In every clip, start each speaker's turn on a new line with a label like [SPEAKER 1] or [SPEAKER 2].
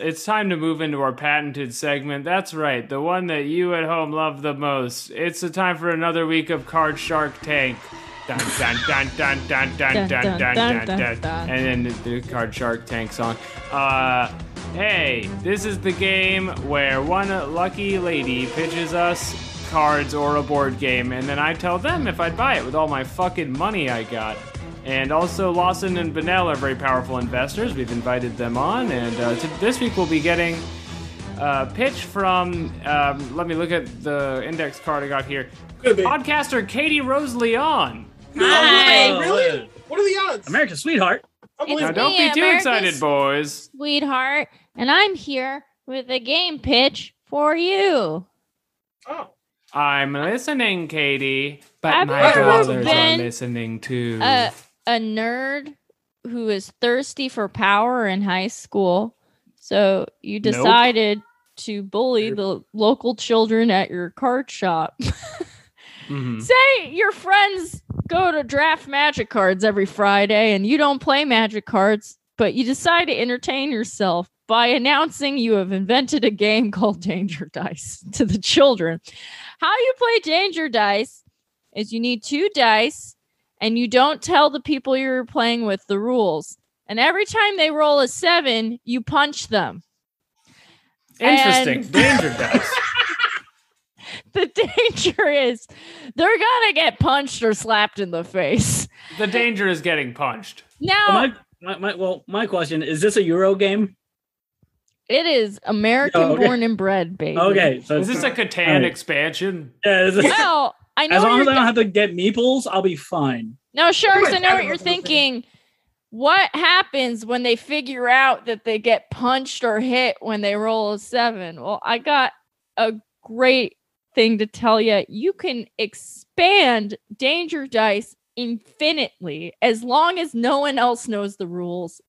[SPEAKER 1] It's time to move into our patented segment. That's right, the one that you at home love the most. It's the time for another week of Card Shark Tank. Dun dun dun dun dun dun dun dun dun dun. dun. And then the, the Card Shark Tank song. Uh, hey, this is the game where one lucky lady pitches us cards or a board game, and then I tell them if I'd buy it with all my fucking money I got. And also, Lawson and Bunnell are very powerful investors. We've invited them on, and uh, t- this week we'll be getting a pitch from. Um, let me look at the index card I got here.
[SPEAKER 2] Could be.
[SPEAKER 1] Podcaster Katie Rose Leon.
[SPEAKER 2] Really?
[SPEAKER 3] Hi.
[SPEAKER 2] Really? What are the odds?
[SPEAKER 3] American sweetheart.
[SPEAKER 1] Now,
[SPEAKER 2] Unbelievable.
[SPEAKER 3] It's
[SPEAKER 1] don't be
[SPEAKER 4] me,
[SPEAKER 1] too
[SPEAKER 4] America's-
[SPEAKER 1] excited, boys.
[SPEAKER 4] sweetheart, and I'm here with a game pitch for you.
[SPEAKER 2] Oh,
[SPEAKER 1] I'm listening, Katie, but
[SPEAKER 4] I've
[SPEAKER 1] my
[SPEAKER 2] never
[SPEAKER 1] dollars are
[SPEAKER 4] been
[SPEAKER 1] listening too.
[SPEAKER 4] Uh, a nerd who is thirsty for power in high school. So you
[SPEAKER 1] Nope.
[SPEAKER 4] decided to bully the local children at your card shop.
[SPEAKER 1] Mhm.
[SPEAKER 4] Say your friends go to draft magic cards every Friday and you don't play magic cards, but you decide to entertain yourself by announcing you have invented a game called Danger Dice to the children. How you play Danger Dice is you need two dice and you don't tell the people you're playing with the rules. And every time they roll a seven, you punch them.
[SPEAKER 1] Interesting.
[SPEAKER 4] and-
[SPEAKER 1] Danger dice.
[SPEAKER 4] the danger is they're gonna get punched or slapped in the face.
[SPEAKER 1] the danger is getting punched.
[SPEAKER 4] Now
[SPEAKER 3] Well, my, my, my, well, my question is: This a Euro game?
[SPEAKER 4] it is American
[SPEAKER 3] Oh, okay.
[SPEAKER 4] born and bred, baby.
[SPEAKER 3] Okay, so
[SPEAKER 1] Is this
[SPEAKER 3] it's-
[SPEAKER 1] a Catan
[SPEAKER 3] Alright.
[SPEAKER 1] expansion?
[SPEAKER 3] yeah, this is-
[SPEAKER 4] Well, I know.
[SPEAKER 3] as long
[SPEAKER 4] you're
[SPEAKER 3] as I
[SPEAKER 4] th-
[SPEAKER 3] don't have to get meeples, I'll be fine.
[SPEAKER 4] now, sharks, I know
[SPEAKER 2] Everyone's
[SPEAKER 4] what
[SPEAKER 2] having
[SPEAKER 4] you're
[SPEAKER 2] those little
[SPEAKER 4] thinking. What happens when they figure out that they get punched or hit when they roll a seven? Well, I got a great thing to tell you. You can expand danger dice infinitely as long as no one else knows the rules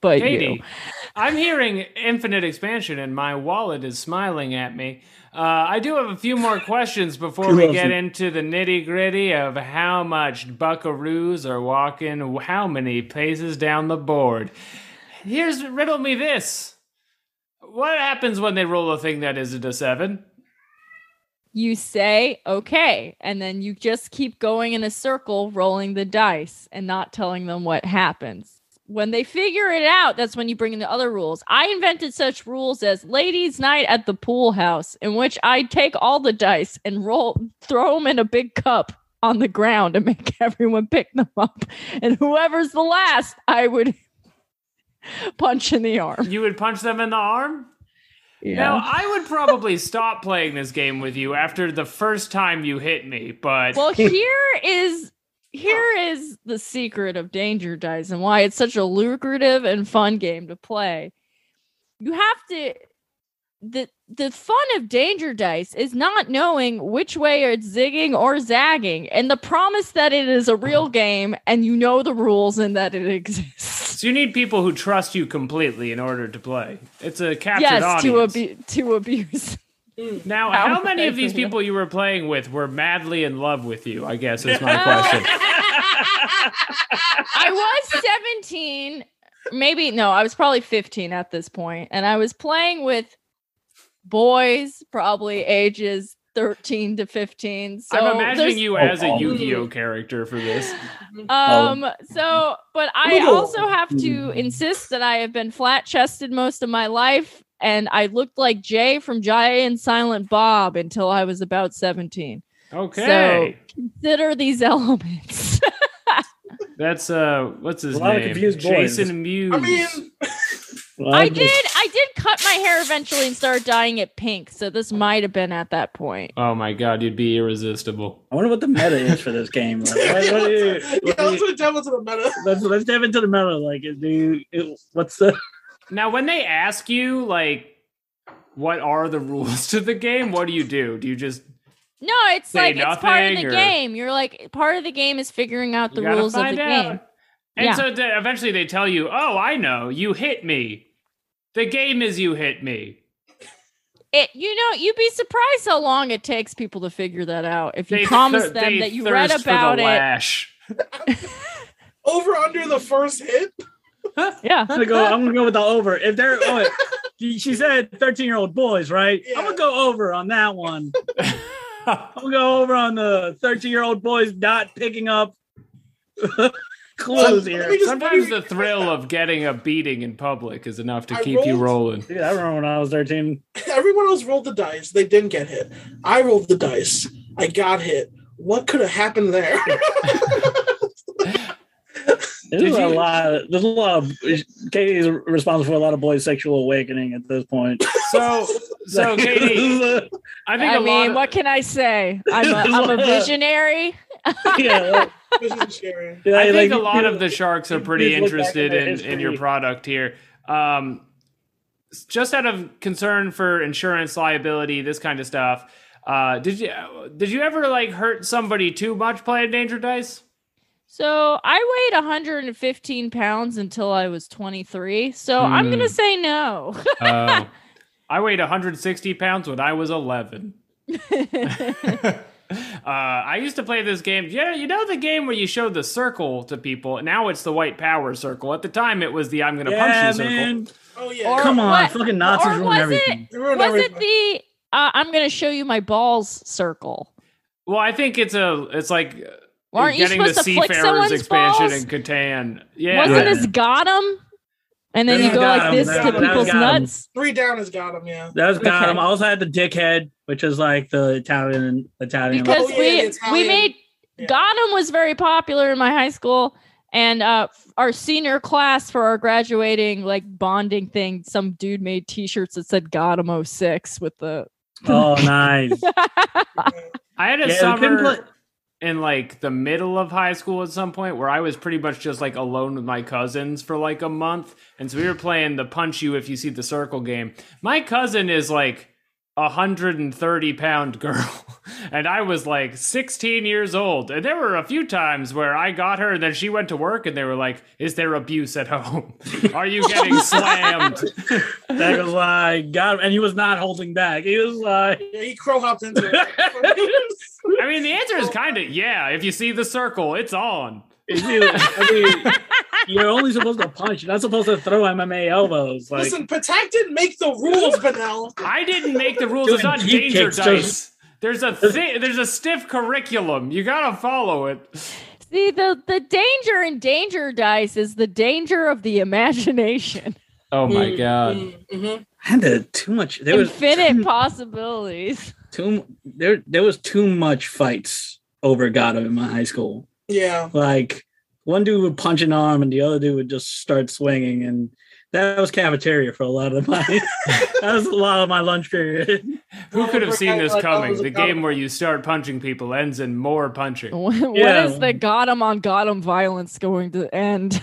[SPEAKER 4] but you.
[SPEAKER 1] Katie, I'm hearing infinite expansion, and my wallet is smiling at me. Uh, I do have a few more questions before we
[SPEAKER 3] Awesome.
[SPEAKER 1] get into the nitty gritty of how much buckaroos are walking, how many paces down the board. Here's riddle me this: What happens when they roll a thing that isn't a seven?
[SPEAKER 4] you say okay and then you just keep going in a circle rolling the dice and not telling them what happens when they figure it out that's when you bring in the other rules i invented such rules as ladies night at the pool house in which i take all the dice and roll throw them in a big cup on the ground and make everyone pick them up and whoever's the last i would punch in the arm
[SPEAKER 1] You would punch them in the arm. Now, I would probably stop playing this game with you after the first time you hit me, but
[SPEAKER 4] well here is here is the secret of danger dice and why it's such a lucrative and fun game to play you have to the the fun of danger dice is not knowing which way it's zigging or zagging and the promise that it is a
[SPEAKER 1] Uh-huh.
[SPEAKER 4] real game and you know the rules and that it exists
[SPEAKER 1] So you need people who trust you completely in order to play. It's a captured
[SPEAKER 4] yes to,
[SPEAKER 1] audience.
[SPEAKER 4] abu- to abuse
[SPEAKER 1] now,
[SPEAKER 4] How-
[SPEAKER 1] how many of these people you were playing with were madly in love with you? I guess is my question.
[SPEAKER 4] I was 17, maybe no, I was probably 15 at this point, and I was playing with boys, probably ages 13 to 15. So
[SPEAKER 1] I'm imagining
[SPEAKER 4] there's-
[SPEAKER 1] you
[SPEAKER 3] Oh,
[SPEAKER 1] as a
[SPEAKER 3] oh.
[SPEAKER 1] Yu-Gi-Oh character for this.
[SPEAKER 4] Um, so but I
[SPEAKER 3] Ooh.
[SPEAKER 4] also have to
[SPEAKER 3] Mm.
[SPEAKER 4] insist that I have been flat chested most of my life, and I looked like Jay from Jay and Silent Bob until I was about 17.
[SPEAKER 1] Okay,
[SPEAKER 4] Consider these elements.
[SPEAKER 1] that's uh, what's his
[SPEAKER 3] A lot of
[SPEAKER 1] name?
[SPEAKER 3] confused boys.
[SPEAKER 1] Jason Mewes.
[SPEAKER 2] I mean,
[SPEAKER 4] I did I did cut my hair eventually and start dyeing it pink, so this might have been at that point.
[SPEAKER 1] oh my god, you'd be irresistible.
[SPEAKER 3] I wonder what the meta is for this game. Like, what- what do you-
[SPEAKER 2] yeah,
[SPEAKER 3] what do
[SPEAKER 2] let's
[SPEAKER 3] you-
[SPEAKER 2] put a devil to the meta.
[SPEAKER 3] let's let's dive into the meta. Like, do you, it, what's the?
[SPEAKER 1] Now, when they ask you like, what are the rules to the game? What do you do? Do you just
[SPEAKER 4] No, it's
[SPEAKER 1] Say
[SPEAKER 4] like it's part of
[SPEAKER 1] nothing,
[SPEAKER 4] the
[SPEAKER 1] or-
[SPEAKER 4] game. You're like part of the game is figuring out the
[SPEAKER 1] You gotta
[SPEAKER 4] rules of
[SPEAKER 1] find
[SPEAKER 4] the
[SPEAKER 1] out.
[SPEAKER 4] game.
[SPEAKER 1] And
[SPEAKER 4] Yeah.
[SPEAKER 1] so th- eventually they tell you, "Oh, I know, you hit me. The game is you hit me."
[SPEAKER 4] It you know, you'd be surprised how long it takes people to figure that out. If you
[SPEAKER 1] They
[SPEAKER 4] promise
[SPEAKER 1] thir-
[SPEAKER 4] them
[SPEAKER 1] they
[SPEAKER 4] that you read
[SPEAKER 1] thirst for
[SPEAKER 4] about
[SPEAKER 1] the
[SPEAKER 4] it.
[SPEAKER 1] Lash.
[SPEAKER 2] Over under the first hit.
[SPEAKER 4] Yeah.
[SPEAKER 3] I'm gonna go. I'm gonna go with the over. If they're, oh, she said, thirteen-year-old boys, right?
[SPEAKER 2] Yeah.
[SPEAKER 3] I'm gonna go over on that one. I'm gonna go over on the thirteen-year-old boys not picking up
[SPEAKER 2] Let
[SPEAKER 3] clues here.
[SPEAKER 2] me just-
[SPEAKER 1] Sometimes the thrill of getting a beating in public is enough to
[SPEAKER 2] I
[SPEAKER 1] keep you
[SPEAKER 2] rolled-
[SPEAKER 1] rolling.
[SPEAKER 3] Dude, I remember when I was thirteen.
[SPEAKER 2] Everyone else rolled the dice. They didn't get hit. I rolled the dice. I got hit. What could have happened there?
[SPEAKER 3] There's
[SPEAKER 1] Did
[SPEAKER 3] a
[SPEAKER 1] you-
[SPEAKER 3] lot. There's a lot of Katie's responsible for a lot of boys' sexual awakening at this point.
[SPEAKER 1] So, so Katie, I think
[SPEAKER 4] I
[SPEAKER 1] a lot.
[SPEAKER 4] mean,
[SPEAKER 1] of-
[SPEAKER 4] what can I say? I'm a, I'm a visionary.
[SPEAKER 3] yeah,
[SPEAKER 2] This isn't sharing.
[SPEAKER 3] yeah,
[SPEAKER 1] I think
[SPEAKER 3] like,
[SPEAKER 1] a lot
[SPEAKER 3] you
[SPEAKER 1] of the sharks are pretty
[SPEAKER 3] just look back
[SPEAKER 1] interested
[SPEAKER 3] at their
[SPEAKER 1] in, in your
[SPEAKER 3] history.
[SPEAKER 1] product here. Um, s- just out of concern for insurance liability, this kind of stuff. Uh, did you did you ever like hurt somebody too much playing danger dice?
[SPEAKER 4] So I weighed 115 pounds until I was 23. So I'm
[SPEAKER 1] Hmm.
[SPEAKER 4] gonna say no.
[SPEAKER 1] Oh. I weighed 160 pounds when I was 11. uh, I used to play this game. Yeah, you know the game where you show the circle to people. Now it's the white power circle. At the time, it was the I'm going to
[SPEAKER 3] yeah,
[SPEAKER 1] punch you circle.
[SPEAKER 3] man.
[SPEAKER 2] Oh yeah.
[SPEAKER 4] Or-
[SPEAKER 3] Come on,
[SPEAKER 4] what-
[SPEAKER 3] fucking Nazis
[SPEAKER 4] or
[SPEAKER 3] ruin
[SPEAKER 4] was
[SPEAKER 3] everything.
[SPEAKER 2] You ruined
[SPEAKER 4] Was it
[SPEAKER 2] everything.
[SPEAKER 4] the uh, I'm gonna show you my balls circle?
[SPEAKER 1] Well, I think it's a it's like uh,
[SPEAKER 4] Well, aren't you
[SPEAKER 1] getting
[SPEAKER 4] supposed
[SPEAKER 1] the
[SPEAKER 4] to flick
[SPEAKER 1] Seafarer's
[SPEAKER 4] someone's
[SPEAKER 1] expansion
[SPEAKER 4] balls?
[SPEAKER 1] in Catan. Yeah,
[SPEAKER 4] Wasn't
[SPEAKER 3] Yeah.
[SPEAKER 4] this Gotham? And then
[SPEAKER 3] This
[SPEAKER 4] you
[SPEAKER 3] is
[SPEAKER 4] go like
[SPEAKER 3] Gotham.
[SPEAKER 4] this
[SPEAKER 2] That-
[SPEAKER 4] to
[SPEAKER 2] that was
[SPEAKER 4] people's
[SPEAKER 3] Gotham.
[SPEAKER 4] nuts.
[SPEAKER 2] Three down has got him. Yeah.
[SPEAKER 3] That was got
[SPEAKER 4] Okay.
[SPEAKER 3] him. I also had the dickhead, which is like the Italian Italian.
[SPEAKER 4] Because
[SPEAKER 2] Oh, yeah,
[SPEAKER 4] we
[SPEAKER 2] the Italian-
[SPEAKER 4] we made
[SPEAKER 2] Yeah.
[SPEAKER 4] Gotham was very popular in my high school. And uh, f- our senior class for our graduating like bonding thing, some dude made T-shirts that said "Gotham 06 with the
[SPEAKER 3] oh, nice.
[SPEAKER 1] I had a
[SPEAKER 3] Yeah, we couldn't
[SPEAKER 1] summer
[SPEAKER 3] play-
[SPEAKER 1] in like the middle of high school at some point where I was pretty much just like alone with my cousins for like a month. And so we were playing the punch you if you see the circle game. My cousin is like a hundred and thirty pound girl. And I was like sixteen years old. And there were a few times where I got her and then she went to work and they were like, Is there abuse at home? Are you getting slammed?
[SPEAKER 3] That was like got him, and he was not holding back. He was like,
[SPEAKER 2] Yeah, he crow hopped into it.
[SPEAKER 1] I mean the answer is kinda yeah, if you see the circle, it's on.
[SPEAKER 3] if you- I mean, you're only supposed to punch. You're not supposed to throw MMA elbows. Like,
[SPEAKER 2] Listen, Patak didn't make the rules, Benel.
[SPEAKER 1] I didn't make the rules.
[SPEAKER 3] Doing
[SPEAKER 1] It's not
[SPEAKER 3] heat
[SPEAKER 1] danger
[SPEAKER 3] kicks,
[SPEAKER 1] dice. There's a thi- there's a stiff curriculum. You gotta follow it.
[SPEAKER 4] See the the danger in danger dice is the danger of the imagination.
[SPEAKER 1] Oh
[SPEAKER 2] my Mm,
[SPEAKER 3] Uh,
[SPEAKER 2] Mm-hmm.
[SPEAKER 3] I had to- too much. There was
[SPEAKER 4] Infinite
[SPEAKER 3] too,
[SPEAKER 4] possibilities.
[SPEAKER 3] too- there. There was too much fights over Gotham in my high school.
[SPEAKER 2] Yeah.
[SPEAKER 3] Like one dude would punch an arm, and the other dude would just start swinging, and that was cafeteria for a lot of my. that was a lot of my lunch period.
[SPEAKER 1] Who could have seen this
[SPEAKER 2] Like, that
[SPEAKER 1] coming?
[SPEAKER 2] was a
[SPEAKER 1] The
[SPEAKER 2] problem.
[SPEAKER 1] game where you start punching people ends in more punching,
[SPEAKER 4] What is
[SPEAKER 3] Yeah.
[SPEAKER 4] the Gotham on Gotham violence going to end?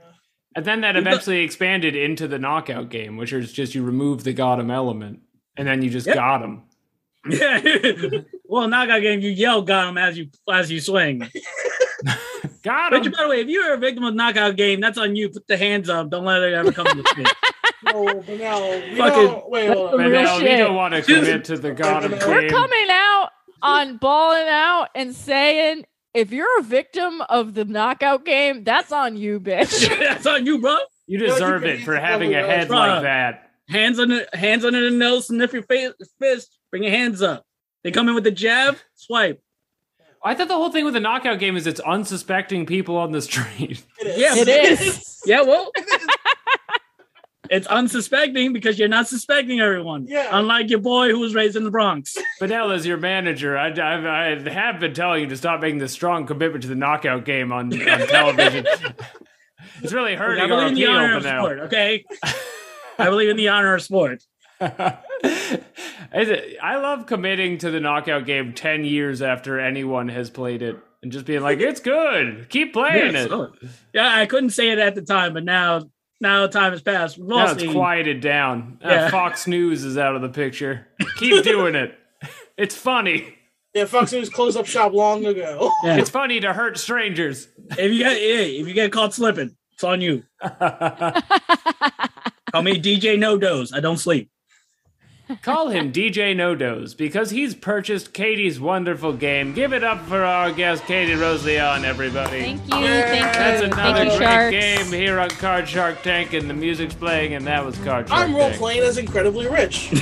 [SPEAKER 1] and then that eventually expanded into the knockout game, which is just you remove the Gotham element, and then you just
[SPEAKER 3] Yep.
[SPEAKER 1] got him.
[SPEAKER 3] Yeah. well, knockout game, you yell "got him" as you as you swing.
[SPEAKER 1] Got
[SPEAKER 3] Which,
[SPEAKER 1] him.
[SPEAKER 3] by the way, if you are a victim of knockout game, that's on you. Put the hands up. Don't let it ever come to me.
[SPEAKER 2] No, Benel. We
[SPEAKER 3] Fucking-
[SPEAKER 2] don't. Wait, hold on.
[SPEAKER 4] Real
[SPEAKER 1] Manel, we
[SPEAKER 4] shit.
[SPEAKER 1] don't want to commit to the Gotham
[SPEAKER 2] We're
[SPEAKER 1] game.
[SPEAKER 4] We're coming out on balling out and saying if you're a victim of the knockout game, that's on you, bitch.
[SPEAKER 3] that's on you, bro.
[SPEAKER 1] You
[SPEAKER 2] you
[SPEAKER 1] deserve
[SPEAKER 2] can
[SPEAKER 1] it
[SPEAKER 2] use
[SPEAKER 1] for
[SPEAKER 2] the
[SPEAKER 1] having a
[SPEAKER 2] double
[SPEAKER 1] head
[SPEAKER 3] edge.
[SPEAKER 1] like
[SPEAKER 3] Bruh.
[SPEAKER 1] that.
[SPEAKER 3] Hands under hands under the nose. Sniff your face, fist. Bring your hands up. They come in with the jab, swipe.
[SPEAKER 1] I thought the whole thing with the knockout game is it's unsuspecting people on the street.
[SPEAKER 3] Yeah,
[SPEAKER 4] It is.
[SPEAKER 3] Yeah, well, it's unsuspecting because you're not suspecting everyone.
[SPEAKER 2] Yeah.
[SPEAKER 3] Unlike your boy who was raised in the Bronx.
[SPEAKER 1] Fidel is your manager. I, I, I have been telling you to stop making this strong commitment to the knockout game on, on television. it's really
[SPEAKER 3] I
[SPEAKER 1] hurting our
[SPEAKER 3] believe in the
[SPEAKER 1] appeal,
[SPEAKER 3] honor of
[SPEAKER 1] Fidel.
[SPEAKER 3] sport. Okay. I believe in the honor of sport.
[SPEAKER 1] Is it- I love committing to the knockout game 10 years after anyone has played it and just being like, it's good. Keep playing
[SPEAKER 3] Yes.
[SPEAKER 1] it.
[SPEAKER 3] Oh. Yeah, I couldn't say it at the time, but now now time has passed.
[SPEAKER 1] Now
[SPEAKER 3] Mostly,
[SPEAKER 1] it's quieted down. Uh,
[SPEAKER 3] Yeah.
[SPEAKER 1] Fox News is out of the picture. Keep doing it. It's funny.
[SPEAKER 2] Yeah, Fox News closed up shop long ago.
[SPEAKER 3] Yeah.
[SPEAKER 1] It's funny to hurt strangers.
[SPEAKER 3] if you get hey, if you get caught slipping, it's on you. Call me DJ No Dose. I don't sleep.
[SPEAKER 1] Call him DJ No Dose because he's purchased Katie's wonderful game. Give it up for our guest, Katie Rosleon, everybody.
[SPEAKER 4] Thank you. Thank you.
[SPEAKER 1] That's another
[SPEAKER 4] Thank you,
[SPEAKER 1] great
[SPEAKER 4] Sharks.
[SPEAKER 1] game here on Card Shark Tank, and the music's playing, and that was Card Shark
[SPEAKER 2] I'm role
[SPEAKER 1] Tank.
[SPEAKER 2] playing as incredibly rich.